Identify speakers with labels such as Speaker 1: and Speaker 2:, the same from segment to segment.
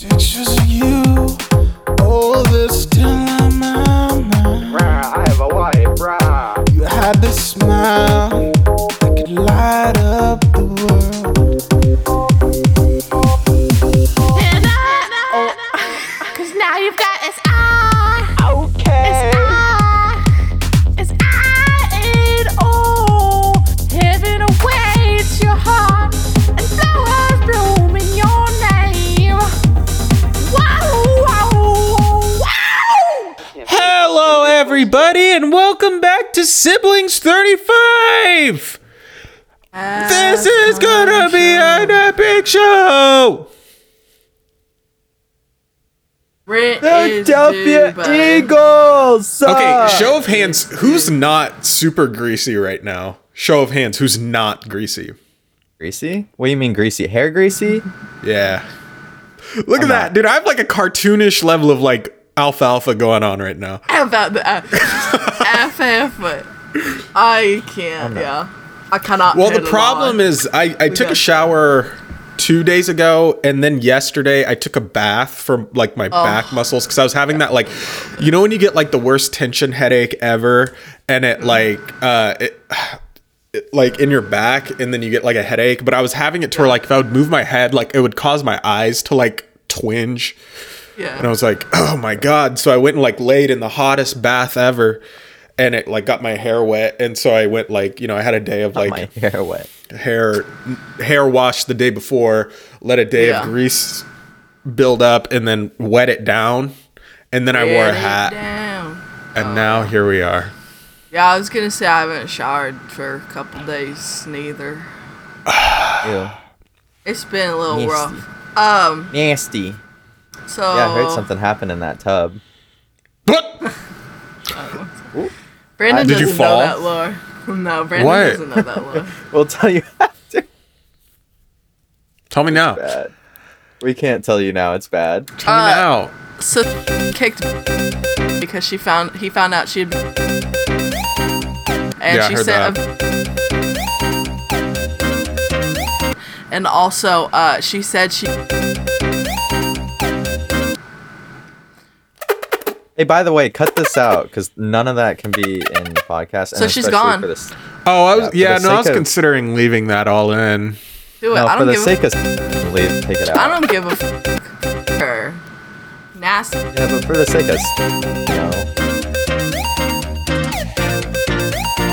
Speaker 1: Pictures of you, all that's still on my mind.
Speaker 2: Rah, I have a wife, rah.
Speaker 1: You had this smile that could light up the world.
Speaker 3: Cause now you've got it's I,
Speaker 2: Okay.
Speaker 3: it's I, it's I in all. Heaven awaits your heart and flowers bloom in your name. Wow, wow, wow.
Speaker 4: Hello, everybody, and welcome back to Siblings 35. This is gonna be an epic show.
Speaker 5: Rent is due,
Speaker 2: Philadelphia
Speaker 5: but
Speaker 2: Eagles. suck.
Speaker 4: Okay, show of hands, who's not super greasy right now? Show of hands, who's not greasy?
Speaker 2: Greasy? What do you mean greasy? Hair greasy?
Speaker 4: Yeah. Look at that, dude. I have like a cartoonish level of like alfalfa going on right now.
Speaker 5: how about the F? FF? but I can't. Yeah, I cannot.
Speaker 4: Well, the problem is, I, I took a
Speaker 5: got-
Speaker 4: shower two days ago, and then yesterday I took a bath for like my back muscles because I was having that like, you know, when you get like the worst tension headache ever, and it like, uh, it, it, like in your back, and then you get like a headache. But I was having it to where like if I would move my head, like it would cause my eyes to like twinge. And I
Speaker 5: Yeah.
Speaker 4: was like, oh my God. So I went and like laid in the hottest bath ever. And it like got my hair wet. And so I went like, you know, I had a day of like
Speaker 2: My hair wet.
Speaker 4: hair hair wash the day before, let a day
Speaker 5: Yeah.
Speaker 4: of grease build up, and then wet it down. And then I wore a
Speaker 5: Get it
Speaker 4: hat,
Speaker 5: down.
Speaker 4: and now here we are.
Speaker 5: Yeah, I was gonna say I haven't showered for a couple days neither.
Speaker 2: Ew.
Speaker 5: It's been a little
Speaker 2: Nasty.
Speaker 5: rough.
Speaker 2: Nasty.
Speaker 5: So
Speaker 2: Yeah, I heard something happen in that tub.
Speaker 4: But
Speaker 5: Brandon
Speaker 4: Did you
Speaker 5: doesn't
Speaker 4: fall?
Speaker 5: know that lore. No, Brandon
Speaker 4: What?
Speaker 5: doesn't know that lore.
Speaker 2: We'll tell you after.
Speaker 4: tell me now. Tell
Speaker 2: Bad. We can't tell you now. It's bad.
Speaker 4: me
Speaker 5: Uh,
Speaker 4: now.
Speaker 5: So kicked because she found he found out she had and
Speaker 4: Yeah, I
Speaker 5: she
Speaker 4: heard
Speaker 5: sent a uh, and also uh, she said she
Speaker 2: Hey, by the way, cut this out because none of that can be in the podcast. and
Speaker 5: So she's
Speaker 2: especially
Speaker 5: gone.
Speaker 2: For this,
Speaker 4: Oh, I
Speaker 2: Yeah,
Speaker 4: was
Speaker 2: for
Speaker 4: yeah.
Speaker 2: the
Speaker 4: no, I was
Speaker 2: sake of-
Speaker 4: considering leaving that all in.
Speaker 5: do it.
Speaker 2: no,
Speaker 5: I
Speaker 2: for the
Speaker 5: don't give a
Speaker 2: sake of leave, take it out.
Speaker 5: I don't give a f- her nasty.
Speaker 2: Yeah, but for the sake of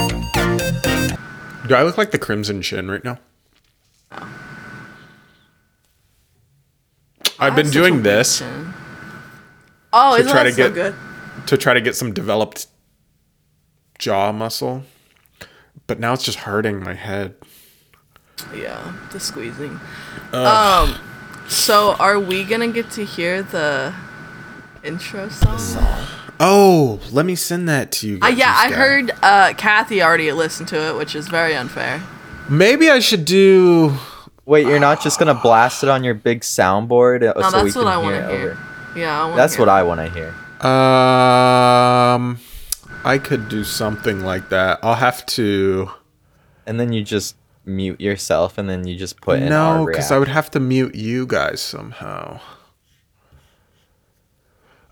Speaker 2: you know,
Speaker 4: Do I look like the Crimson Chin right now? I've been doing this
Speaker 5: Oh,
Speaker 4: to
Speaker 5: isn't
Speaker 4: try
Speaker 5: that
Speaker 4: to
Speaker 5: so
Speaker 4: get-
Speaker 5: good?
Speaker 4: to try to get some developed jaw muscle, but now it's just hurting my head.
Speaker 5: Yeah, the squeezing. Um, so are we gonna get to hear the intro song?
Speaker 4: Oh, let me send that to you.
Speaker 5: Uh,
Speaker 4: Guys
Speaker 5: yeah, I
Speaker 4: instead.
Speaker 5: heard uh, Kathy already listened to it, which is very unfair.
Speaker 4: Maybe I should do.
Speaker 2: wait, you're not just gonna blast it on your big soundboard uh,
Speaker 5: No,
Speaker 2: so we
Speaker 5: that's
Speaker 2: can
Speaker 5: what I
Speaker 2: hear
Speaker 5: want
Speaker 2: it
Speaker 5: to
Speaker 2: over.
Speaker 5: hear. Yeah, I wanna
Speaker 2: That's
Speaker 5: hear
Speaker 2: what I want to hear.
Speaker 4: Um, I could do something like that. I'll have to.
Speaker 2: And then you just mute yourself, and then you just put in
Speaker 4: No,
Speaker 2: our
Speaker 4: because I would
Speaker 2: react.
Speaker 4: have to mute you guys somehow.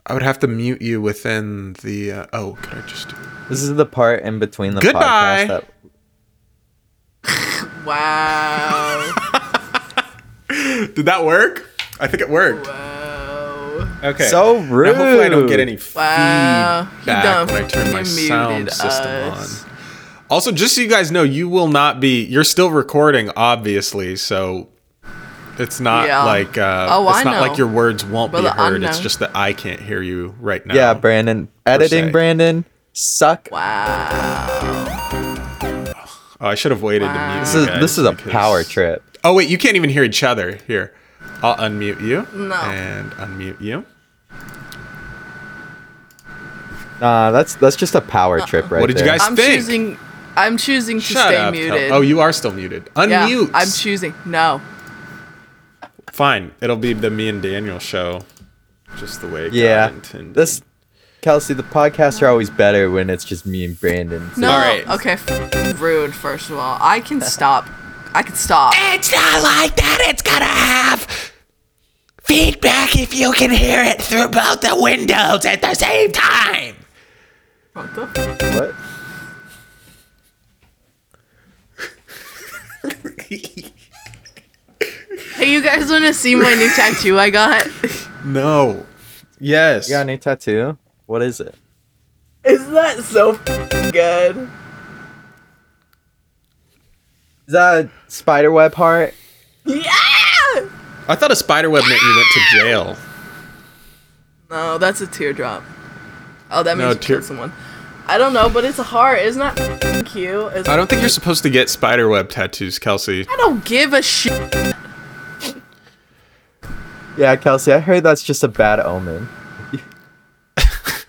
Speaker 4: I would have to mute you within the. Uh, oh, could I just do?
Speaker 2: This is the part in between the
Speaker 4: Goodbye.
Speaker 2: podcast that
Speaker 5: Wow.
Speaker 4: Did that work? I think it worked.
Speaker 5: wow.
Speaker 4: Okay.
Speaker 2: So
Speaker 4: Now, hopefully, I don't get
Speaker 2: rude.
Speaker 4: any
Speaker 5: Wow. He
Speaker 4: feedback
Speaker 5: done
Speaker 4: when I turn my
Speaker 5: fucking
Speaker 4: sound
Speaker 5: muted
Speaker 4: system
Speaker 5: us.
Speaker 4: on. Also, just so you guys know, you will not be. You're still recording, obviously. So it's not
Speaker 5: Yeah.
Speaker 4: like uh,
Speaker 5: Oh,
Speaker 4: it's
Speaker 5: I
Speaker 4: not
Speaker 5: know.
Speaker 4: like your words won't
Speaker 5: Well,
Speaker 4: be
Speaker 5: I
Speaker 4: heard. It's
Speaker 5: know.
Speaker 4: just that I can't hear you right now.
Speaker 2: yeah, Brandon
Speaker 4: se.
Speaker 2: editing, Brandon suck.
Speaker 5: Wow.
Speaker 4: Oh, I should have waited to mute.
Speaker 2: This
Speaker 4: you
Speaker 2: is
Speaker 4: guys
Speaker 2: this is a
Speaker 4: because-
Speaker 2: power trip.
Speaker 4: Oh wait, you can't even hear each other. Here, I'll unmute you.
Speaker 5: No.
Speaker 4: And unmute you.
Speaker 2: Nah, that's that's just a power trip right
Speaker 4: What did you
Speaker 2: there.
Speaker 4: guys-
Speaker 5: I'm
Speaker 4: Think.
Speaker 5: choosing. I'm choosing to
Speaker 4: Shut
Speaker 5: stay
Speaker 4: up. Tel-
Speaker 5: muted.
Speaker 4: Oh, you are still muted.
Speaker 5: yeah,
Speaker 4: Unmute.
Speaker 5: I'm choosing. No.
Speaker 4: Fine. It'll be the me and Daniel show. Just the way it
Speaker 2: Yeah,
Speaker 4: got intended.
Speaker 2: this Kelsey, the podcasts are always better when it's just me and Brandon. So
Speaker 5: No.
Speaker 4: All right.
Speaker 5: Okay. F- rude. First of all, I
Speaker 2: Eh.
Speaker 5: can stop. I can stop.
Speaker 4: It's not like that. It's gonna have
Speaker 6: Feedback if you can hear it through both the windows at the same time.
Speaker 5: What the fuck?
Speaker 2: What?
Speaker 5: Hey, you guys want to see my new tattoo I got?
Speaker 4: No. Yes.
Speaker 2: You got a new tattoo? What is it?
Speaker 5: Isn't that so f- good?
Speaker 2: Is that a spider web heart?
Speaker 5: Yeah!
Speaker 4: I thought a spider web meant you went to jail.
Speaker 5: No, that's a teardrop. Oh, that means
Speaker 4: No,
Speaker 5: you
Speaker 4: tear-
Speaker 5: killed someone. I don't know, but it's a heart. Isn't that f- cute? It's-
Speaker 4: I don't think you're supposed to get spider web tattoos, Kelsey.
Speaker 5: I don't give a shit.
Speaker 2: Yeah, Kelsey, I heard that's just a bad omen.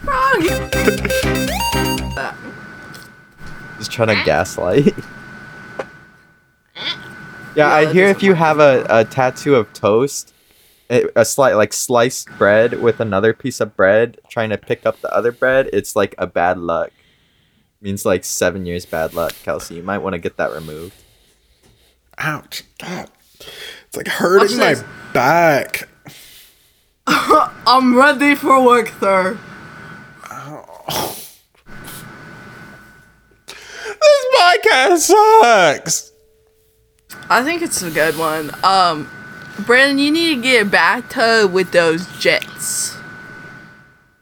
Speaker 5: Wrong. you-
Speaker 2: Just trying
Speaker 5: Eh?
Speaker 2: to gaslight. Yeah, I hear if you have a, a tattoo of toast, a, a slight like sliced bread with another piece of bread trying to pick up the other bread, it's like a bad luck. Means like seven years bad luck, Kelsey. You might want to get that removed.
Speaker 4: Ouch. God. It's like
Speaker 5: Watch
Speaker 4: hurting my
Speaker 5: this.
Speaker 4: back.
Speaker 5: I'm ready for work, sir.
Speaker 4: This podcast sucks.
Speaker 5: I think it's a good one. Um, Brandon, you need to get a bathtub with those jets.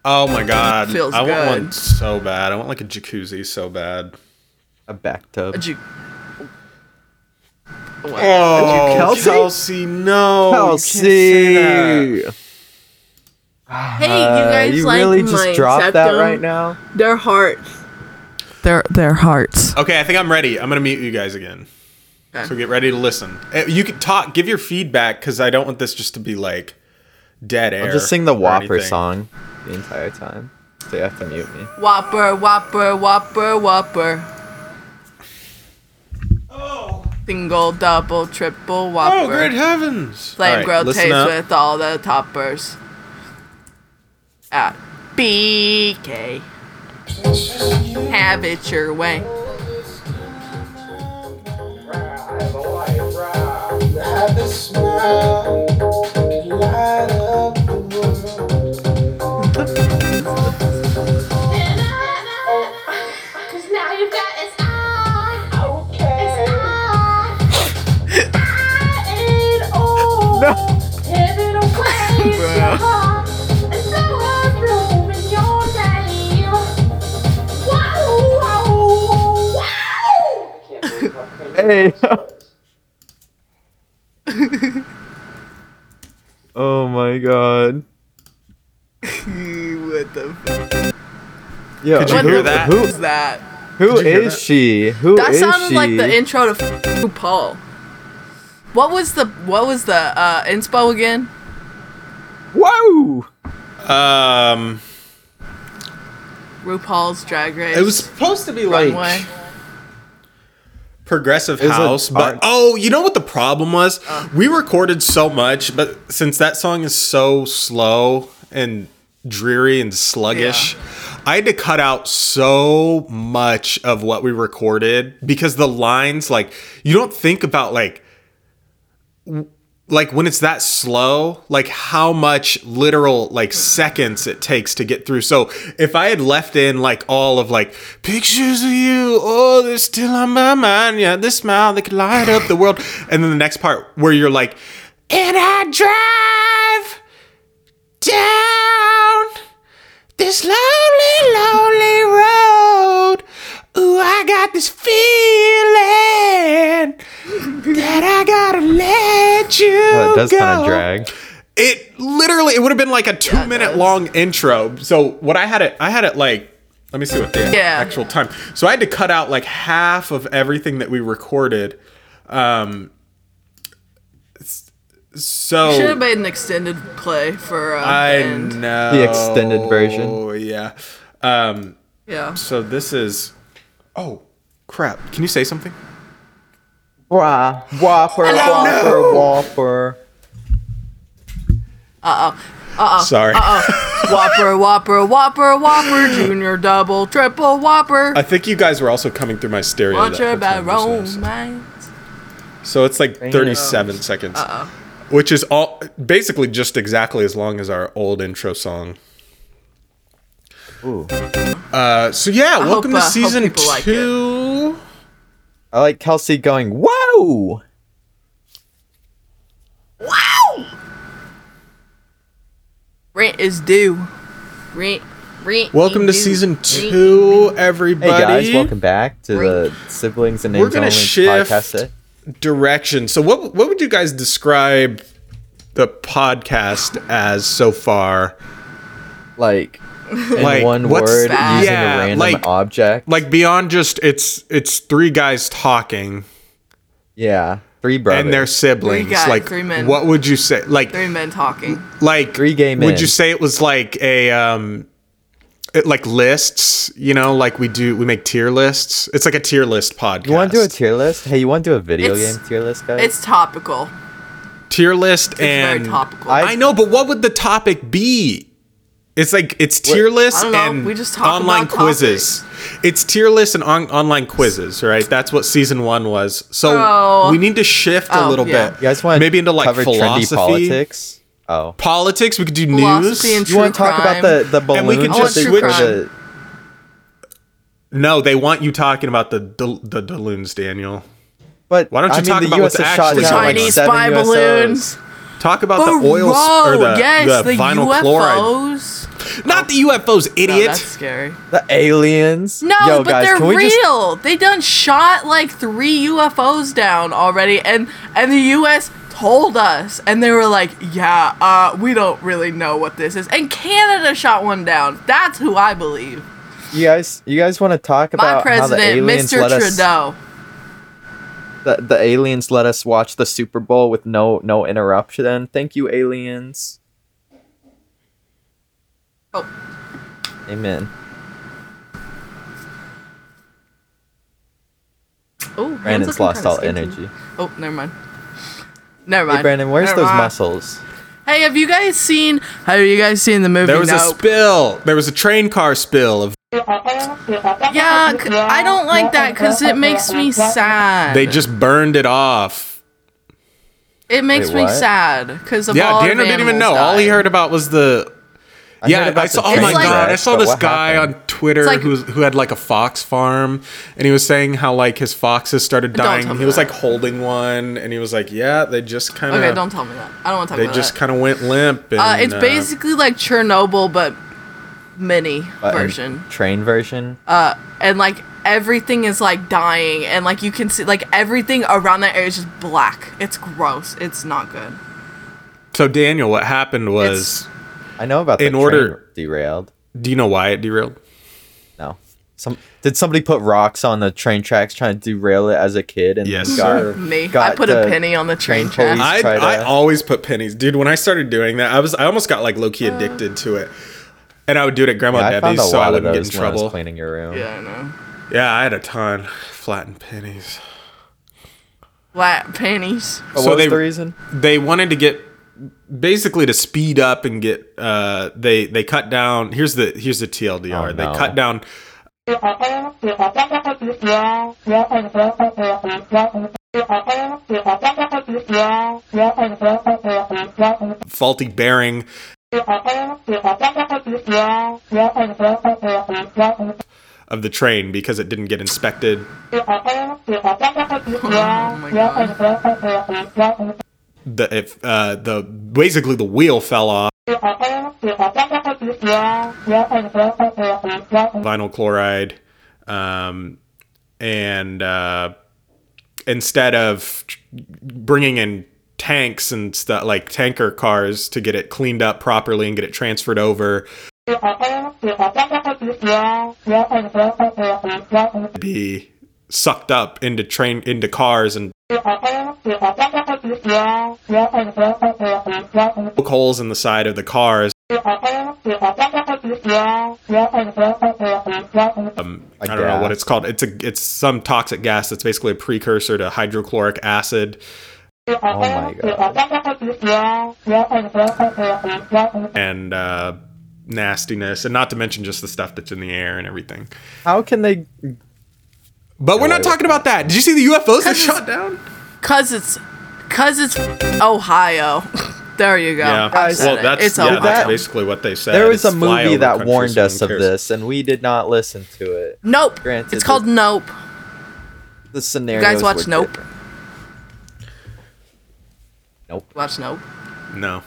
Speaker 4: Oh my god.
Speaker 5: Feels
Speaker 4: I want one
Speaker 5: good.
Speaker 4: so bad. I want like a jacuzzi so bad.
Speaker 2: A back tub.
Speaker 5: Did you? What?
Speaker 4: Oh,
Speaker 2: Kelsey?
Speaker 4: Kelsey, no.
Speaker 2: Kelsey! Uh,
Speaker 5: Hey, you guys
Speaker 2: you
Speaker 5: like
Speaker 2: really
Speaker 5: my
Speaker 2: just dropped that
Speaker 5: septum?
Speaker 2: right now?
Speaker 5: Their hearts. Their their hearts.
Speaker 4: Okay, I think I'm ready. I'm gonna mute you guys again.
Speaker 5: Okay.
Speaker 4: So get ready to listen. Eh, You can talk, give your feedback, because I don't want this just to be like dead air.
Speaker 2: I'll just sing the
Speaker 4: or
Speaker 2: Whopper
Speaker 4: anything.
Speaker 2: song the entire time. So you have to mute me.
Speaker 5: Whopper, whopper, whopper, whopper. Single, double, triple,
Speaker 4: Oh,
Speaker 5: whopper.
Speaker 4: great heavens!
Speaker 5: Flame
Speaker 4: All right, listen
Speaker 5: rotates
Speaker 4: up.
Speaker 5: with all the toppers. At BK. Have it your way.
Speaker 1: Have the smile that can light up the world.
Speaker 7: Cause now you've got it's on. It's on. It's on. Oh, give it away. It's your heart. It's the one room in your name. Wow, wow, wow.
Speaker 2: Hey. oh my god.
Speaker 5: what the f
Speaker 2: Yo,
Speaker 4: Could you
Speaker 2: who,
Speaker 4: hear that?
Speaker 2: Who,
Speaker 5: is that?
Speaker 2: who
Speaker 4: Could you hear
Speaker 2: is
Speaker 4: that?
Speaker 2: she? Who
Speaker 5: That
Speaker 2: is
Speaker 5: sounded
Speaker 2: she?
Speaker 5: like the intro to f- Paul. What was the what was the uh inspo again?
Speaker 2: Whoa!
Speaker 4: Um,
Speaker 5: RuPaul's Drag Race.
Speaker 4: it was supposed to be like
Speaker 5: runway.
Speaker 4: progressive
Speaker 2: was a
Speaker 4: house, but
Speaker 2: dark-
Speaker 4: oh, you know what the problem was? we recorded so much, but since that song is so slow and dreary and sluggish, I had to cut out so much of what we recorded because the lines, like, you don't think about like like when it's that slow, like how much literal like seconds it takes to get through. So if I had left in like all of like pictures of you, oh, there's still on my mind, yeah, this smile that could light up the world, and then the next part where you're like, and I drive down this lonely, lonely road. Ooh, I got this feeling that I gotta let you
Speaker 5: Oh,
Speaker 2: Well, it does
Speaker 4: go.
Speaker 2: kind of drag.
Speaker 4: It literally, it would have been like a two-minute
Speaker 5: does.
Speaker 4: long intro. So what I had it, I had it like. Let me see what the
Speaker 5: Yeah.
Speaker 4: actual time. So I had to cut out like half of everything that we recorded. Um, s- so
Speaker 5: Should have made an extended play for uh,
Speaker 4: Oh. I
Speaker 5: the end.
Speaker 4: know
Speaker 2: The extended version.
Speaker 4: Oh yeah. Um,
Speaker 5: Yeah.
Speaker 4: so this is. Oh crap! Can you say something?
Speaker 2: Wah, whopper, whopper, whopper.
Speaker 4: Sorry.
Speaker 5: Whopper, Whopper, Whopper, Whopper, Junior Double, Triple Whopper.
Speaker 4: I think you guys were also coming through my stereo.
Speaker 5: Bunch
Speaker 4: that whole
Speaker 5: of bad
Speaker 4: time, so-
Speaker 5: romance.
Speaker 4: So it's like 37 seconds. which is all basically just exactly as long as our old intro song.
Speaker 2: Ooh.
Speaker 4: Uh, so yeah, welcome
Speaker 5: hope,
Speaker 4: to
Speaker 5: uh, hope
Speaker 4: season
Speaker 5: people like it.
Speaker 4: two.
Speaker 2: I like Kelsey going, whoa!
Speaker 5: Rent is due. Rent. Rent.
Speaker 4: Welcome to
Speaker 5: is due.
Speaker 4: season
Speaker 5: Rent is
Speaker 4: two,
Speaker 2: Hey
Speaker 4: everybody.
Speaker 2: guys, welcome back to the Siblings and
Speaker 4: We're
Speaker 2: Names
Speaker 4: gonna
Speaker 2: Only
Speaker 4: shift-
Speaker 2: podcast.
Speaker 4: Direction. So what what would you guys describe the podcast as so far?
Speaker 2: Like, in
Speaker 4: Like,
Speaker 2: one
Speaker 4: what's
Speaker 2: word,
Speaker 5: that?
Speaker 2: using
Speaker 4: Yeah,
Speaker 2: a random
Speaker 4: like-
Speaker 2: object.
Speaker 4: Like beyond just it's it's three guys talking
Speaker 2: yeah, three brothers.
Speaker 4: and their siblings.
Speaker 5: Three guys,
Speaker 4: like
Speaker 5: three men.
Speaker 4: what would you say? Like
Speaker 5: Three men talking.
Speaker 4: like
Speaker 2: Three gay men.
Speaker 4: Would you say it was like a um it- like lists, you know, like we do we make tier lists. It's like a tier list podcast.
Speaker 2: You want to do a tier list? Hey, you want to do a video
Speaker 5: It's-
Speaker 2: game tier list,
Speaker 4: uh,
Speaker 2: guys?
Speaker 5: It's topical.
Speaker 4: tier list
Speaker 5: It's
Speaker 4: and
Speaker 5: very topical.
Speaker 2: I-
Speaker 4: I know, but what would the topic be? It's like it's tier list
Speaker 5: I don't know.
Speaker 4: and
Speaker 5: We just talk
Speaker 4: online
Speaker 5: about
Speaker 4: quizzes. It's tier list and on- online quizzes, right? That's what season one was. So
Speaker 5: Oh.
Speaker 4: we need to shift a
Speaker 5: Oh,
Speaker 4: little
Speaker 5: yeah.
Speaker 4: bit.
Speaker 2: you guys want
Speaker 4: maybe into like
Speaker 2: cover
Speaker 4: philosophy,
Speaker 2: trendy politics? Oh,
Speaker 4: Politics, We could do news.
Speaker 5: Philosophy and
Speaker 2: you
Speaker 5: true
Speaker 2: want to talk about
Speaker 5: crime.
Speaker 2: the the balloon?
Speaker 4: And we can
Speaker 5: I want
Speaker 2: shit
Speaker 5: true
Speaker 2: or
Speaker 5: crime.
Speaker 2: the-
Speaker 4: no, they want you talking about the Dal- the Daloons, Daniel.
Speaker 2: but
Speaker 4: Why don't
Speaker 2: I
Speaker 4: you
Speaker 2: mean,
Speaker 4: talk
Speaker 2: the
Speaker 4: about
Speaker 2: US
Speaker 4: what's
Speaker 2: has shot
Speaker 4: actually
Speaker 2: down,
Speaker 4: going
Speaker 2: like,
Speaker 5: on? Chinese
Speaker 2: seven
Speaker 5: spy
Speaker 2: USOs.
Speaker 5: balloons.
Speaker 4: Talk about the oil s-
Speaker 5: Whoa,
Speaker 4: or the,
Speaker 5: yes,
Speaker 4: the, vinyl chloride,
Speaker 5: UFOs.
Speaker 4: not the UFOs,
Speaker 5: No, that's
Speaker 4: idiot.
Speaker 5: scary.
Speaker 2: The aliens.
Speaker 5: No,
Speaker 2: Yo,
Speaker 5: but
Speaker 2: guys,
Speaker 5: they're
Speaker 2: can we just-
Speaker 5: real. They done shot like three UFOs down already, and and the U.S. told us, and they were like, "Yeah, uh, we don't really know what this is." And Canada shot one down. That's who I believe.
Speaker 2: you guys, you guys want to talk
Speaker 5: My
Speaker 2: about how the
Speaker 5: president,
Speaker 2: aliens
Speaker 5: Mr.
Speaker 2: let us
Speaker 5: Trudeau.
Speaker 2: the, the aliens let us watch the Super Bowl with no no interruption. Thank you, aliens.
Speaker 5: Oh.
Speaker 2: Amen.
Speaker 5: Oh, hands
Speaker 2: Brandon's
Speaker 5: looking
Speaker 2: lost
Speaker 5: kinda
Speaker 2: all
Speaker 5: skinny.
Speaker 2: energy.
Speaker 5: Oh, never mind. Never mind.
Speaker 2: Hey, Brandon, where's
Speaker 5: Never
Speaker 2: those
Speaker 5: mind.
Speaker 2: muscles?
Speaker 5: Hey, have you guys seen? Have you guys seen the movie?
Speaker 4: There was a
Speaker 5: Nope.
Speaker 4: spill. There was a train car spill of
Speaker 5: yeah, c- I don't like that because it makes me sad.
Speaker 4: They just burned it off.
Speaker 5: It makes
Speaker 2: Wait,
Speaker 5: me
Speaker 2: what?
Speaker 5: sad because of
Speaker 4: yeah,
Speaker 5: all
Speaker 4: Daniel
Speaker 5: of
Speaker 4: didn't even
Speaker 5: animals
Speaker 4: know. All he
Speaker 5: dying.
Speaker 4: heard about was the. yeah,
Speaker 2: about
Speaker 4: I saw.
Speaker 2: the
Speaker 4: Oh my
Speaker 5: train
Speaker 4: god,
Speaker 5: wreck,
Speaker 4: I saw
Speaker 2: but
Speaker 4: this
Speaker 2: what
Speaker 4: guy
Speaker 2: happened?
Speaker 4: on Twitter
Speaker 5: It's like-
Speaker 4: who who had like a fox farm, and he was saying how like his foxes started
Speaker 5: Don't
Speaker 4: dying.
Speaker 5: tell me
Speaker 4: He was like
Speaker 5: that.
Speaker 4: holding one, and he was like, "Yeah, they just kind of
Speaker 5: Okay, don't tell me that. I don't want to talk
Speaker 4: they
Speaker 5: about
Speaker 4: just
Speaker 5: that.
Speaker 4: kind of went limp." And,
Speaker 5: uh, it's basically like Chernobyl, but mini
Speaker 2: But in
Speaker 5: version.
Speaker 2: Uh,
Speaker 5: Uh,
Speaker 2: Train version.
Speaker 5: And like everything is like dying, and like you can see like everything around that area is just black. It's gross. It's not good.
Speaker 4: So Daniel, what happened was,
Speaker 2: I know about the
Speaker 4: in
Speaker 2: train
Speaker 4: order-
Speaker 2: derailed.
Speaker 4: do you know why it derailed?
Speaker 2: No. Some did somebody put rocks on the train tracks trying to derail it as a kid and
Speaker 4: Yes,
Speaker 2: got-
Speaker 4: sir.
Speaker 5: Me, I
Speaker 2: got
Speaker 5: put a
Speaker 2: the
Speaker 5: penny on the train
Speaker 2: train police
Speaker 5: track.
Speaker 4: I,
Speaker 2: try to-
Speaker 4: I always put pennies, dude. When I started doing that, I was I almost got like low key addicted to it, and I would do it at Grandma
Speaker 2: Yeah, I found a
Speaker 4: Debbie's so I
Speaker 2: lot of
Speaker 4: wouldn't get
Speaker 2: those
Speaker 4: in
Speaker 2: when I was
Speaker 4: trouble.
Speaker 2: cleaning your room.
Speaker 5: Yeah, I know.
Speaker 4: Yeah, I had a ton flattened pennies.
Speaker 5: Flat pennies.
Speaker 2: But
Speaker 4: So
Speaker 2: what was
Speaker 4: they-
Speaker 2: the reason?
Speaker 4: They wanted to get basically to speed up and get uh they they cut down here's the here's the TLDR.
Speaker 2: Oh,
Speaker 4: They
Speaker 2: no.
Speaker 4: cut down faulty bearing of the train because it didn't get inspected.
Speaker 5: Oh my god.
Speaker 4: The if uh the basically the wheel fell off vinyl chloride, um, and uh, instead of tr- bringing in tanks and stuff like tanker cars to get it cleaned up properly and get it transferred over, be sucked up into train into cars and poke holes in the side of the cars.
Speaker 2: A
Speaker 4: I don't know what
Speaker 2: gas.
Speaker 4: it's called. It's a it's some toxic gas that's basically a precursor to hydrochloric acid.
Speaker 2: Oh my god.
Speaker 4: and uh, nastiness, and not to mention just the stuff that's in the air and everything.
Speaker 2: How can they
Speaker 4: But we're not
Speaker 2: wait,
Speaker 4: talking about that. Did you see the UFOs that shot down?
Speaker 5: Cause it's Cause it's Ohio. there you go.
Speaker 4: Yeah.
Speaker 5: I said
Speaker 4: well,
Speaker 5: it.
Speaker 4: that's
Speaker 5: it's
Speaker 4: yeah,
Speaker 5: Ohio.
Speaker 4: that's basically what they said.
Speaker 2: There was a
Speaker 4: It's
Speaker 2: movie
Speaker 4: flyover
Speaker 2: that
Speaker 4: country,
Speaker 2: warned
Speaker 4: so
Speaker 2: us
Speaker 4: who
Speaker 2: of
Speaker 4: cares?
Speaker 2: this, and we did not listen to it.
Speaker 5: nope.
Speaker 2: Granted,
Speaker 5: it's called
Speaker 2: the-
Speaker 5: Nope.
Speaker 2: The scenario.
Speaker 5: You guys watch Nope?
Speaker 2: Nope.
Speaker 5: Watch Nope.
Speaker 4: No.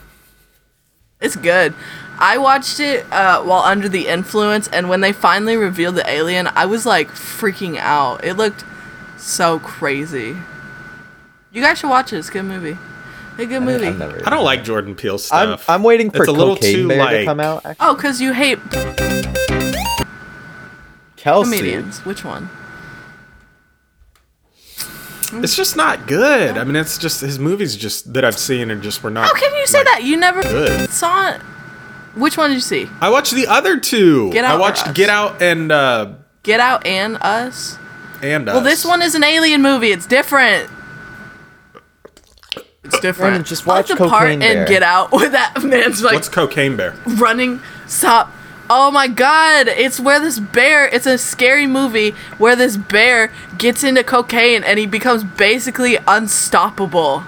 Speaker 5: It's good. I watched it uh, while under the influence, and when they finally revealed the alien, I was like freaking out. It looked so crazy. You guys should watch it. It's a good movie. A good movie.
Speaker 2: I've never.
Speaker 4: I don't like Jordan Peele
Speaker 2: I'm,
Speaker 4: stuff.
Speaker 2: I'm waiting for
Speaker 4: It's a little
Speaker 2: Cocaine
Speaker 4: too,
Speaker 2: Bear to
Speaker 4: like-
Speaker 2: come out. actually.
Speaker 5: Oh, because you hate
Speaker 2: Kelsey.
Speaker 5: comedians. Which one?
Speaker 4: It's just not good. I mean, it's just his movies just that I've seen and just were not.
Speaker 5: How Oh, can you say
Speaker 4: like,
Speaker 5: that? You never
Speaker 4: good.
Speaker 5: saw it. Which one did you see?
Speaker 4: I watched the other two.
Speaker 5: Get Out
Speaker 4: I
Speaker 5: or
Speaker 4: watched
Speaker 5: Us?
Speaker 4: Get Out and uh
Speaker 5: Get Out and Us?
Speaker 4: and
Speaker 5: Well, this one is an alien movie. It's different. It's different.
Speaker 2: Brandon, just
Speaker 5: I'll
Speaker 2: watch
Speaker 5: have to part
Speaker 2: Cocaine Bear.
Speaker 5: and get out with that man's like
Speaker 4: What's Cocaine Bear?
Speaker 5: running. Stop. Oh my god, it's where this bear, it's a scary movie where this bear gets into cocaine and he becomes basically unstoppable.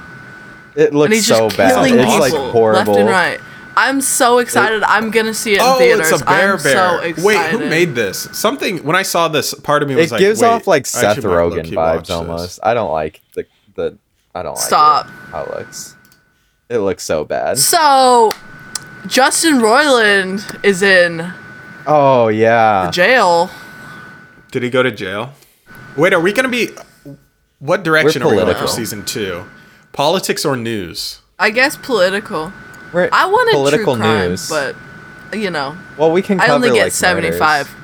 Speaker 2: It
Speaker 5: And
Speaker 2: looks
Speaker 5: he's
Speaker 2: so
Speaker 5: just killing
Speaker 2: bad. It's
Speaker 5: people
Speaker 2: like horrible.
Speaker 5: left and right. I'm so excited. I'm gonna see it in
Speaker 4: Oh,
Speaker 5: theaters.
Speaker 4: it's a bear
Speaker 5: I'm
Speaker 4: bear.
Speaker 5: so excited.
Speaker 4: wait, who made this? Something when I saw this, part of me was
Speaker 2: It
Speaker 4: like,
Speaker 2: gives
Speaker 4: wait,
Speaker 2: off like
Speaker 4: I
Speaker 2: Seth
Speaker 4: should might
Speaker 2: Rogen
Speaker 4: low-key watch
Speaker 2: vibes
Speaker 4: this.
Speaker 2: almost. I don't like the the. I don't like
Speaker 5: Stop.
Speaker 2: It, how it looks. It looks so bad.
Speaker 5: So, Justin Roiland is in
Speaker 2: Oh yeah.
Speaker 5: jail.
Speaker 4: Did he go to jail? Wait, are we gonna be? What direction are we going for
Speaker 2: political.
Speaker 4: season two? Politics or news?
Speaker 5: I guess political.
Speaker 2: We're-
Speaker 5: I wanted
Speaker 2: political
Speaker 5: true crime,
Speaker 2: news,
Speaker 5: but you know,
Speaker 2: well, we can.
Speaker 5: I
Speaker 2: Cover,
Speaker 5: only
Speaker 2: like,
Speaker 5: get
Speaker 2: murders.
Speaker 5: seventy-five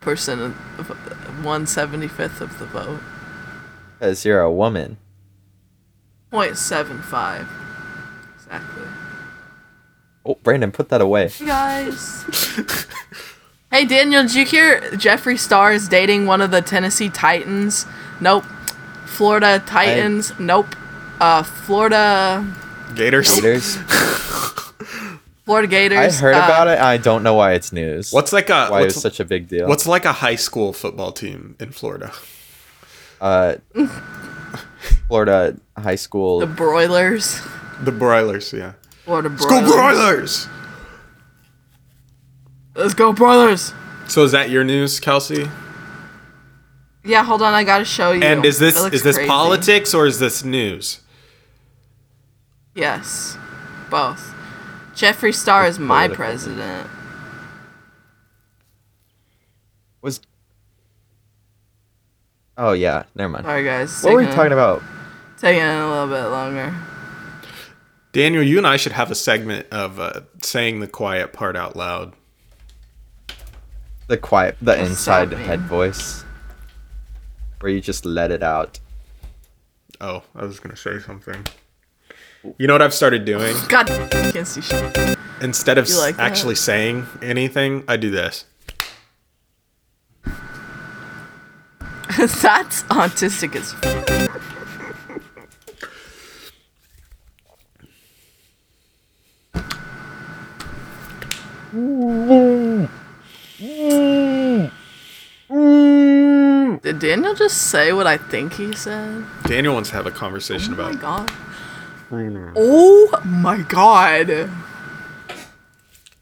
Speaker 5: percent of one seventy-fifth of the vote.
Speaker 2: Because you're a woman.
Speaker 5: Point seven five. Exactly.
Speaker 2: Oh, Brandon, put that away.
Speaker 5: Hey guys. hey Daniel, did you hear Jeffree Star is dating one of the Tennessee Titans? Nope. Florida Titans? nope. Uh, Florida
Speaker 4: Gators.
Speaker 2: Haters.
Speaker 5: Florida
Speaker 2: I
Speaker 5: Gators.
Speaker 2: heard
Speaker 5: uh,
Speaker 2: about it. I don't know why it's news.
Speaker 4: What's like a
Speaker 2: why
Speaker 4: what's,
Speaker 2: it's such a big deal?
Speaker 4: what's like a high school football team in Florida?
Speaker 2: uh, Florida high school?
Speaker 5: The Broilers.
Speaker 4: The Broilers, yeah.
Speaker 5: Florida Broilers.
Speaker 4: Go Broilers!
Speaker 5: Let's go Broilers.
Speaker 4: So is that your news, Kelsey?
Speaker 5: Yeah, hold on, I gotta show you.
Speaker 4: And is this
Speaker 5: It looks
Speaker 4: is this
Speaker 5: crazy.
Speaker 4: politics or is this news?
Speaker 5: Yes, both. Jeffree Star is my
Speaker 2: Political.
Speaker 5: president.
Speaker 2: was. Oh yeah, never mind.
Speaker 5: Sorry guys.
Speaker 2: What were we
Speaker 5: taking-
Speaker 2: talking about?
Speaker 5: Taking a little bit longer.
Speaker 4: Daniel, you and I should have a segment of uh, saying the quiet part out loud.
Speaker 2: The quiet, the inside
Speaker 5: sobbing.
Speaker 2: head voice, where you just let it out.
Speaker 4: Oh, I was gonna say something. You know what I've started doing?
Speaker 5: God, I can't see shit.
Speaker 4: Instead of
Speaker 5: You like
Speaker 4: s-
Speaker 5: that?
Speaker 4: actually saying anything, I do this.
Speaker 5: That's autistic as Did Daniel just say what I think he said?
Speaker 4: Daniel wants to have a conversation
Speaker 5: Oh my
Speaker 4: about
Speaker 5: god. Oh my god.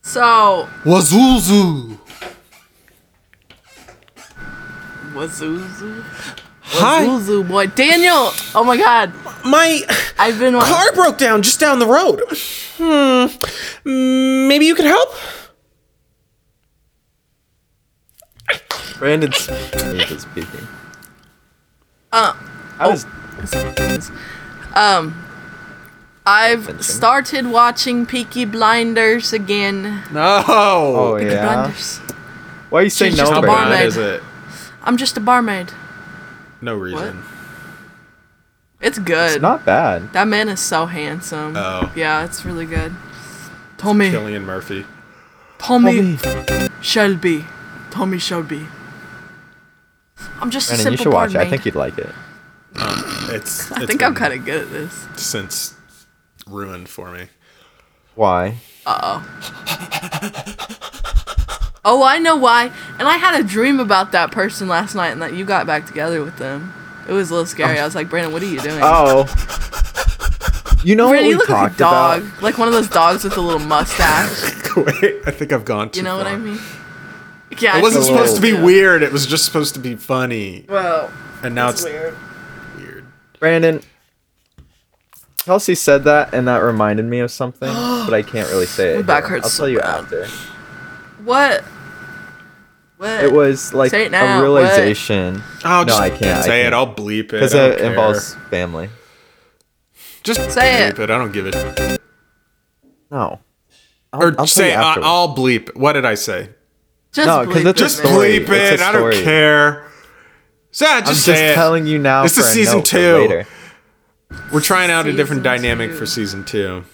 Speaker 5: So,
Speaker 4: Wazuzu.
Speaker 5: Wazuzu.
Speaker 4: Hi,
Speaker 5: Wazuzu boy. Daniel! Oh my god.
Speaker 4: my
Speaker 5: I've been wa-
Speaker 4: car broke down just down the road. Hmm, maybe you could help.
Speaker 2: Brandon's Brandon's speaking. Uh, I was
Speaker 5: I've started watching Peaky Blinders again.
Speaker 4: No.
Speaker 2: Oh yeah.
Speaker 5: Blinders.
Speaker 2: Why you say
Speaker 5: She's
Speaker 2: no,
Speaker 5: just a
Speaker 4: How
Speaker 2: Brandon?
Speaker 5: barmaid.
Speaker 4: bad is it?
Speaker 5: I'm just a barmaid.
Speaker 4: No reason.
Speaker 5: It's good.
Speaker 2: It's not bad.
Speaker 5: that man is so handsome.
Speaker 4: Oh.
Speaker 5: Yeah, it's really good. Tommy.
Speaker 4: Killian Murphy.
Speaker 5: Tommy Shelby. Tommy Shelby. I'm just a
Speaker 2: Brandon, you
Speaker 5: simple
Speaker 2: should watch it. I
Speaker 5: barmaid.
Speaker 2: think you'd like it.
Speaker 4: It's.
Speaker 5: I think I'm kind of good at this.
Speaker 4: of since ruined for me.
Speaker 2: Why?
Speaker 5: Oh, I know why. And I had a dream about that person last night and that you got back together with them. It was a little scary. I was like, Brandon, what are you doing?
Speaker 2: Oh, You know what
Speaker 5: Randy,
Speaker 2: we
Speaker 5: you look like a
Speaker 2: talked
Speaker 5: dog,
Speaker 2: about?
Speaker 5: like one of those dogs with a little mustache.
Speaker 4: Wait, I think I've gone too
Speaker 5: You know what
Speaker 4: far.
Speaker 5: I mean? Yeah,
Speaker 4: It wasn't
Speaker 5: think you
Speaker 4: supposed to be
Speaker 5: do.
Speaker 4: weird. It was just supposed to be funny.
Speaker 5: Well,
Speaker 4: And now
Speaker 5: that's
Speaker 4: it's
Speaker 5: weird.
Speaker 4: weird.
Speaker 2: Brandon. Kelsey said that, and that reminded me of something, but I can't really say it.
Speaker 5: My back
Speaker 2: here.
Speaker 5: hurts
Speaker 2: I'll
Speaker 5: so
Speaker 2: tell you
Speaker 5: bad.
Speaker 2: after.
Speaker 5: What? What?
Speaker 2: It was like
Speaker 5: Say it now,
Speaker 2: a
Speaker 5: what?
Speaker 2: realization.
Speaker 4: Oh, just
Speaker 2: no, I can't
Speaker 4: say
Speaker 2: I
Speaker 4: it. I'll bleep it.
Speaker 2: because
Speaker 4: I don't
Speaker 2: it
Speaker 4: care.
Speaker 2: involves family.
Speaker 4: Just
Speaker 5: Say
Speaker 4: bleep
Speaker 5: it.
Speaker 4: it. I don't give a shit.
Speaker 2: No. I'll-
Speaker 4: Or
Speaker 2: I'll tell
Speaker 4: say
Speaker 2: you
Speaker 4: I,
Speaker 2: afterwards.
Speaker 4: I'll bleep. it. What did I say?
Speaker 5: Just
Speaker 2: No, 'cause it's
Speaker 5: bleep
Speaker 2: a
Speaker 5: it,
Speaker 4: Just
Speaker 5: man.
Speaker 2: story.
Speaker 4: bleep
Speaker 2: It's a
Speaker 4: it. I don't
Speaker 2: story.
Speaker 4: care. So yeah, just
Speaker 2: I'm just
Speaker 4: say it.
Speaker 2: telling you now.
Speaker 4: This
Speaker 2: for
Speaker 4: is
Speaker 2: a
Speaker 4: season
Speaker 2: note for
Speaker 4: two.
Speaker 2: Later.
Speaker 4: We're trying out a different
Speaker 5: Season
Speaker 4: dynamic
Speaker 5: two.
Speaker 4: for season two.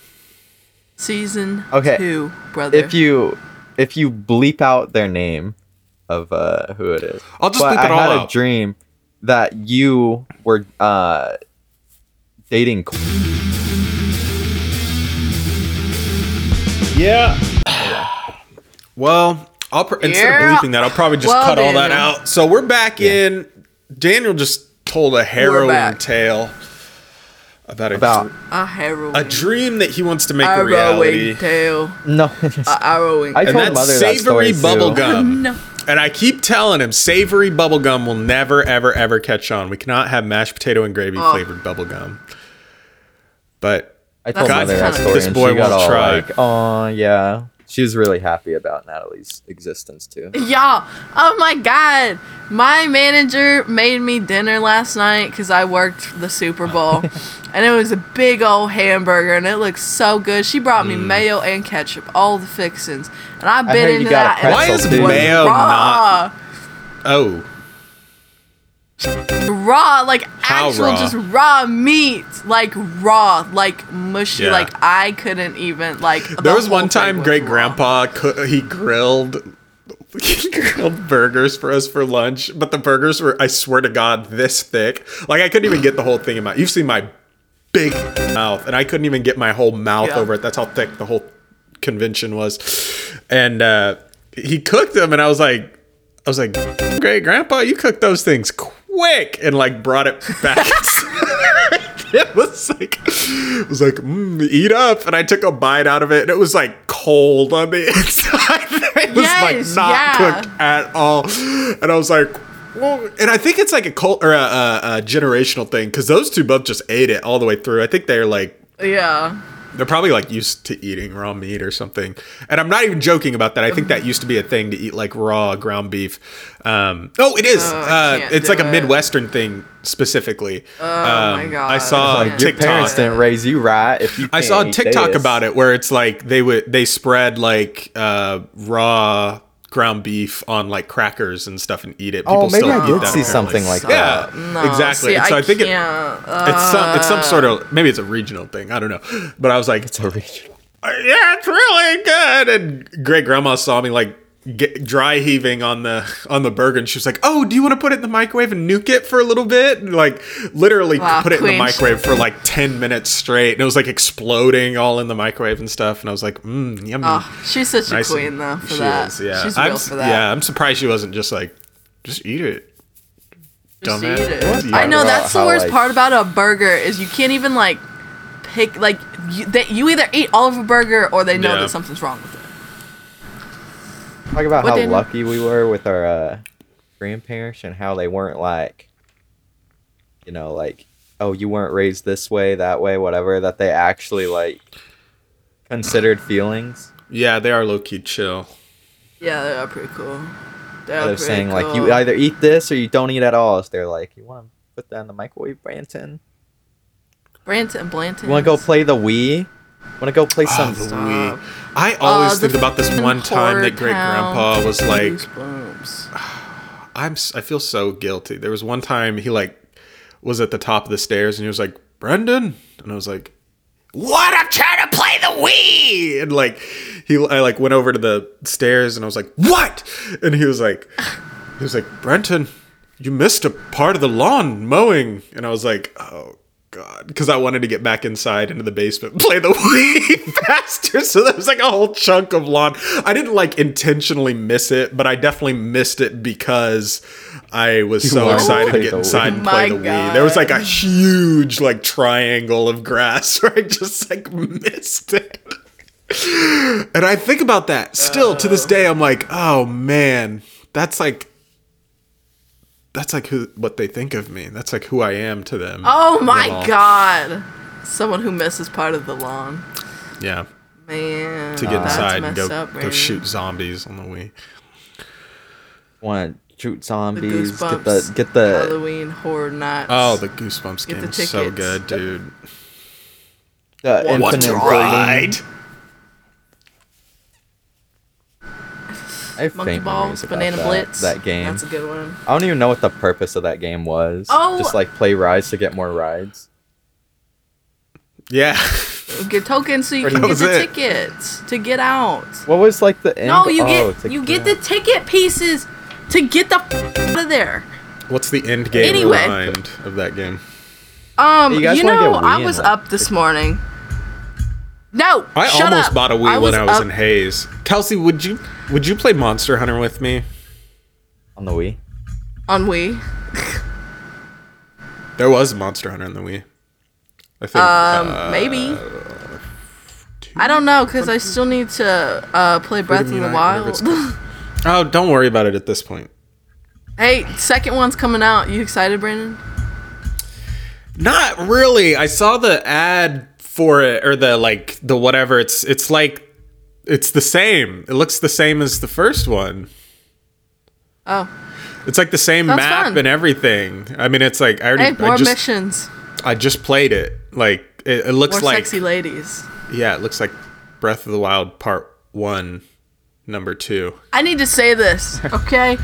Speaker 5: Season
Speaker 2: Okay.
Speaker 5: two, brother.
Speaker 2: If you if you bleep out their name of uh who it is.
Speaker 4: I'll just
Speaker 2: But
Speaker 4: bleep
Speaker 2: I
Speaker 4: it all
Speaker 2: had
Speaker 4: out.
Speaker 2: a dream that you were uh dating Cl-
Speaker 4: Yeah. Well, I'll pr- instead
Speaker 5: Yeah.
Speaker 4: of bleeping that, I'll probably just
Speaker 5: Well,
Speaker 4: cut all that
Speaker 5: Daniel.
Speaker 4: out. So we're back in. Daniel just told a harrowing
Speaker 5: back.
Speaker 4: tale about a
Speaker 2: about
Speaker 5: a harrowing,
Speaker 4: a dream that he wants to make a reality.
Speaker 5: harrowing tale,
Speaker 2: no.
Speaker 5: a harrowing.
Speaker 2: I
Speaker 4: and
Speaker 2: told
Speaker 4: that's
Speaker 2: mother that story
Speaker 4: savory
Speaker 2: too.
Speaker 4: bubblegum.
Speaker 5: Oh, no.
Speaker 4: And I keep telling him savory bubblegum will never, ever, ever catch on. We cannot have mashed potato and gravy
Speaker 5: Oh.
Speaker 4: flavored bubblegum. But
Speaker 2: I told
Speaker 4: That's
Speaker 2: mother that
Speaker 5: kinda-
Speaker 2: story
Speaker 4: This
Speaker 2: and
Speaker 4: boy
Speaker 2: she got
Speaker 4: won't
Speaker 2: all
Speaker 4: try.
Speaker 2: like, "Oh yeah." She was really happy about Natalie's existence too.
Speaker 5: Y'all, oh my god. My manager made me dinner last night because I worked the Super Bowl. and it was a big old hamburger and it looked so good. She brought me mayo and ketchup, all the fixins. And I bit
Speaker 2: Mm. heard you
Speaker 5: into
Speaker 2: got a
Speaker 5: that. and
Speaker 2: pretzel,
Speaker 5: it
Speaker 2: Why is
Speaker 5: was
Speaker 4: mayo
Speaker 5: raw,
Speaker 4: oh,
Speaker 5: Raw, like
Speaker 4: How
Speaker 5: actual
Speaker 4: raw?
Speaker 5: just raw meat. Like raw, like mushy.
Speaker 4: Yeah.
Speaker 5: Like I couldn't even, like. the
Speaker 4: there was
Speaker 5: whole
Speaker 4: one
Speaker 5: thing
Speaker 4: time
Speaker 5: was
Speaker 4: great
Speaker 5: raw.
Speaker 4: grandpa cou- he grilled he grilled burgers for us for lunch, but the burgers were I swear to God this thick. Like I couldn't even get the whole thing in my. You've seen my big mouth, and I couldn't even get my whole mouth
Speaker 5: Yeah.
Speaker 4: over it. That's how thick the whole convention was. And uh, he cooked them, and I was like, I was like, great grandpa, you cooked those things quick, and like brought it back. it was like, it was like, mm, eat up. And I took a bite out of it, and it was like cold on the inside. it was like
Speaker 5: Yes,
Speaker 4: not
Speaker 5: yeah.
Speaker 4: cooked at all. And I was like, well, and I think it's like a cult or a, a, a generational thing because those two both just ate it all the way through. I think they're like
Speaker 5: Yeah.
Speaker 4: they're probably like used to eating raw meat or something. And I'm not even joking about that. I think that used to be a thing to eat like raw ground beef. Um, oh, it is.
Speaker 5: I
Speaker 4: uh,
Speaker 5: can't
Speaker 4: it's
Speaker 5: do
Speaker 4: like a
Speaker 5: it.
Speaker 4: Midwestern thing specifically. Oh
Speaker 5: my God.
Speaker 4: I saw
Speaker 2: Like
Speaker 4: on
Speaker 2: your
Speaker 4: TikTok.
Speaker 2: parents didn't raise you right. If you
Speaker 4: I saw on
Speaker 2: can't eat
Speaker 4: TikTok
Speaker 2: this.
Speaker 4: about it where it's like they would they spread like uh, raw ground beef on like crackers and stuff and eat it. People
Speaker 2: Oh, maybe
Speaker 4: still
Speaker 2: I
Speaker 4: eat
Speaker 2: did
Speaker 4: that
Speaker 2: see
Speaker 4: apparently.
Speaker 2: something like that.
Speaker 4: Yeah, exactly.
Speaker 5: See,
Speaker 4: And so I, think it,
Speaker 5: can't, uh,
Speaker 4: it's some it's some sort of maybe it's a regional thing. I don't know, but I was like,
Speaker 2: It's a region.
Speaker 4: yeah, it's really good. And great grandma saw me like get dry heaving on the on the burger, and she was like, "Oh, do you want to put it in the microwave and nuke it for a little bit?" And like literally
Speaker 5: Wow,
Speaker 4: put it in
Speaker 5: queen.
Speaker 4: the microwave for like ten minutes straight, and it was like exploding all in the microwave and stuff. And I was like, "Mmm, yummy."
Speaker 5: Oh, she's such
Speaker 4: Nice
Speaker 5: a
Speaker 4: and-
Speaker 5: queen though for
Speaker 4: she
Speaker 5: that.
Speaker 4: is, yeah.
Speaker 5: She's
Speaker 4: I'm,
Speaker 5: real
Speaker 4: s-
Speaker 5: for that.
Speaker 4: Yeah, I'm surprised she wasn't just like, just eat it.
Speaker 5: Just
Speaker 4: dumbass.
Speaker 5: eat it.
Speaker 4: What?
Speaker 5: I know
Speaker 2: Talk
Speaker 5: that's
Speaker 2: about
Speaker 5: the
Speaker 2: how,
Speaker 5: worst
Speaker 2: like-
Speaker 5: part about a burger is you can't even like pick like you, that you either eat all of a burger or they know
Speaker 4: Yeah.
Speaker 5: that something's wrong with it.
Speaker 2: Talk about
Speaker 5: What
Speaker 2: how
Speaker 5: did-
Speaker 2: lucky we were with our uh, grandparents and how they weren't like, you know, like, oh, you weren't raised this way, that way, whatever. That they actually like considered feelings.
Speaker 4: Yeah, they are low key chill.
Speaker 5: Yeah, they are pretty cool. They
Speaker 2: They're
Speaker 5: are pretty
Speaker 2: saying like,
Speaker 5: cool.
Speaker 2: you either eat this or you don't eat at all. So they're like, you want to put that in the microwave, Branton?
Speaker 5: Branton Blanton.
Speaker 2: You want to go play the Wii? Want to go play
Speaker 4: Oh,
Speaker 2: some?
Speaker 4: the
Speaker 5: Stop.
Speaker 4: Wii. I always
Speaker 5: Uh, the
Speaker 4: think about this one time that great grandpa was like,
Speaker 2: Ah,
Speaker 5: Goosebumps.
Speaker 4: I'm s- I feel so guilty. There was one time he like was at the top of the stairs and he was like, "Brendan," and I was like, "What? I'm trying to play the Wii." And like he I like went over to the stairs and I was like, "What?" And he was like he was like, "Brenton, you missed a part of the lawn mowing." And I was like, "Oh god, because I wanted to get back inside into the basement, and play the Wii faster. So there was like a whole chunk of lawn. I didn't like intentionally miss it, but I definitely missed it because I was so
Speaker 2: wanted to
Speaker 4: excited to
Speaker 2: play
Speaker 4: get
Speaker 2: the Wii.
Speaker 4: inside and
Speaker 5: My
Speaker 4: play the Wii. There was
Speaker 5: God.
Speaker 4: like a huge like triangle of grass where I just like missed it. And I think about that still to this day. I'm like, oh man, that's like, that's like who what they think of me. That's like who I am to them.
Speaker 5: Oh my
Speaker 4: Them all.
Speaker 5: god. Someone who misses part of the lawn.
Speaker 4: Yeah,
Speaker 5: Man.
Speaker 4: to get inside and go,
Speaker 5: Oh, messed up,
Speaker 4: go
Speaker 5: Randy.
Speaker 4: shoot zombies on the Wii.
Speaker 2: Want to shoot
Speaker 5: The
Speaker 2: zombies? Get
Speaker 5: goosebumps.
Speaker 2: the get the
Speaker 5: Halloween horror nights.
Speaker 4: Oh, the Goosebumps
Speaker 5: Get
Speaker 4: game
Speaker 5: the
Speaker 4: is so
Speaker 5: tickets.
Speaker 4: good, dude.
Speaker 2: the infinite building. I have
Speaker 5: monkey
Speaker 2: faint
Speaker 5: ball,
Speaker 2: memories about
Speaker 5: banana
Speaker 2: that,
Speaker 5: blitz.
Speaker 2: That game.
Speaker 5: That's a good one.
Speaker 2: I don't even know what the purpose of that game was.
Speaker 5: Oh!
Speaker 2: just like play rides to get more rides.
Speaker 4: Yeah,
Speaker 5: Get tokens so you
Speaker 2: That
Speaker 5: can get
Speaker 4: was
Speaker 5: the
Speaker 4: it.
Speaker 5: tickets to get out.
Speaker 2: What was like the end?
Speaker 5: No, you
Speaker 2: oh,
Speaker 5: get
Speaker 2: to
Speaker 5: you get the ticket pieces to get the f- out of there.
Speaker 4: what's the end game
Speaker 5: Anyway.
Speaker 4: remind of that game?
Speaker 5: Um,
Speaker 2: You
Speaker 5: you,
Speaker 2: guys wanna
Speaker 5: know,
Speaker 2: get
Speaker 5: I
Speaker 2: Wii
Speaker 5: was
Speaker 2: in, like,
Speaker 5: up this morning. No,
Speaker 4: I
Speaker 5: shut
Speaker 4: almost
Speaker 5: up.
Speaker 4: bought a Wii when I was
Speaker 5: up-
Speaker 4: in Hayes. Kelsey, would you would you play Monster Hunter with me?
Speaker 2: on the Wii.
Speaker 5: on Wii.
Speaker 4: There was Monster Hunter on the Wii. I think. uh,
Speaker 5: Um, maybe. I don't know because I still need to uh, play Breath of the
Speaker 4: Unite, whatever it's
Speaker 5: Wild.
Speaker 4: oh, don't worry about it at this point.
Speaker 5: hey, second one's coming out. You excited, Brandon?
Speaker 4: Not really. I saw the ad for it or the like the whatever. It's it's like it's the same. It looks the same as the first one.
Speaker 5: Oh,
Speaker 4: It's like the same
Speaker 5: Sounds
Speaker 4: map
Speaker 5: fun.
Speaker 4: and everything. I mean, it's like I
Speaker 5: hey,
Speaker 4: already
Speaker 5: more
Speaker 4: I just
Speaker 5: missions,
Speaker 4: I just played it. Like it, it looks
Speaker 5: more
Speaker 4: like
Speaker 5: sexy ladies.
Speaker 4: yeah, it looks like Breath of the Wild Part One, Number Two.
Speaker 5: I need to say this, okay?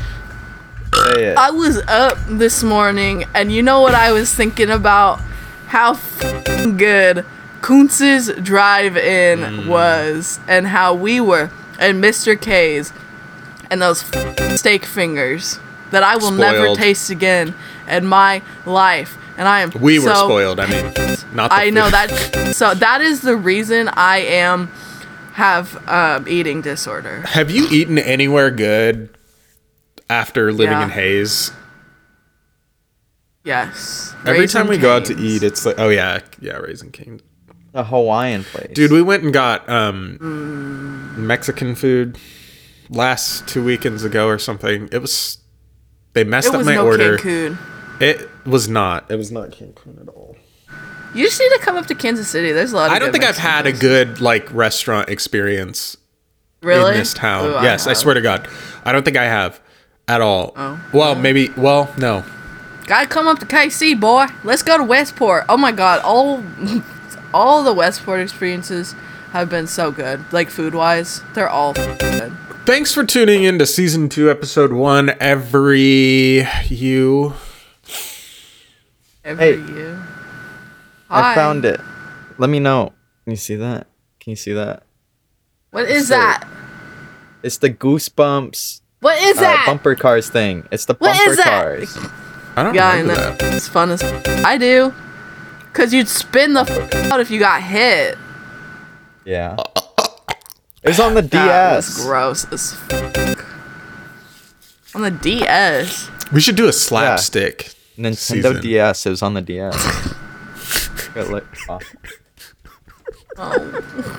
Speaker 2: Say it.
Speaker 5: I was up this morning, and you know what I was thinking about? How f- good Kuntz's drive-in
Speaker 4: Mm.
Speaker 5: was, and how we were, and Mr. K's, and those f- steak fingers that I will never
Speaker 4: Spoiled.
Speaker 5: taste again in my life. And I am
Speaker 4: We were
Speaker 5: so-
Speaker 4: spoiled. I mean, not. The
Speaker 5: I know
Speaker 4: food.
Speaker 5: that. So that is the reason I am have um, eating disorder.
Speaker 4: Have you eaten anywhere good after living
Speaker 5: Yeah.
Speaker 4: in Hayes?
Speaker 5: Yes.
Speaker 4: Every
Speaker 5: Raising
Speaker 4: time we go out to
Speaker 5: Cane's.
Speaker 4: eat, it's like, oh yeah, yeah, Raising Cane's.
Speaker 2: the Hawaiian place,
Speaker 4: Dude, we went and got um, Mexican food last two weekends ago or something. It was they messed
Speaker 5: It
Speaker 4: up
Speaker 5: was
Speaker 4: my
Speaker 5: no
Speaker 4: order.
Speaker 5: Cancun.
Speaker 4: It was not. It was not Cancun at all.
Speaker 5: You just need to come up to Kansas City. There's a lot. Of
Speaker 4: I don't
Speaker 5: good
Speaker 4: think I've
Speaker 5: Mexican
Speaker 4: had a
Speaker 5: places.
Speaker 4: good like restaurant experience
Speaker 5: really
Speaker 4: in this town.
Speaker 5: Ooh,
Speaker 4: yes, I,
Speaker 5: have.
Speaker 4: swear to God, I don't think I have at all.
Speaker 5: Oh.
Speaker 4: well, maybe. Well, no.
Speaker 5: Gotta come up to KC, boy. Let's go to Westport. Oh my God, all all the Westport experiences have been so good. Like food wise, they're all f- good.
Speaker 4: Thanks for tuning in to season two, episode one. Every you.
Speaker 5: Every
Speaker 2: Hey.
Speaker 5: you.
Speaker 2: I
Speaker 5: Hi.
Speaker 2: found it. Let me know. Can you see that? Can you see that?
Speaker 5: What is
Speaker 2: Sorry.
Speaker 5: that?
Speaker 2: It's the Goosebumps
Speaker 5: What is
Speaker 2: uh,
Speaker 5: that?
Speaker 2: bumper cars thing. It's the
Speaker 5: What
Speaker 2: bumper
Speaker 5: is that?
Speaker 2: cars.
Speaker 4: I don't
Speaker 5: Yeah, I
Speaker 4: remember
Speaker 5: know.
Speaker 4: that.
Speaker 5: It's fun as f- I do. Cause you'd spin the f- out if you got hit.
Speaker 2: Yeah. It was on the
Speaker 5: That was
Speaker 2: DS.
Speaker 5: gross as f- On the DS.
Speaker 4: We should do a slapstick.
Speaker 2: Nintendo
Speaker 4: Season.
Speaker 2: DS. It was on the DS. it looked awful.
Speaker 5: Oh.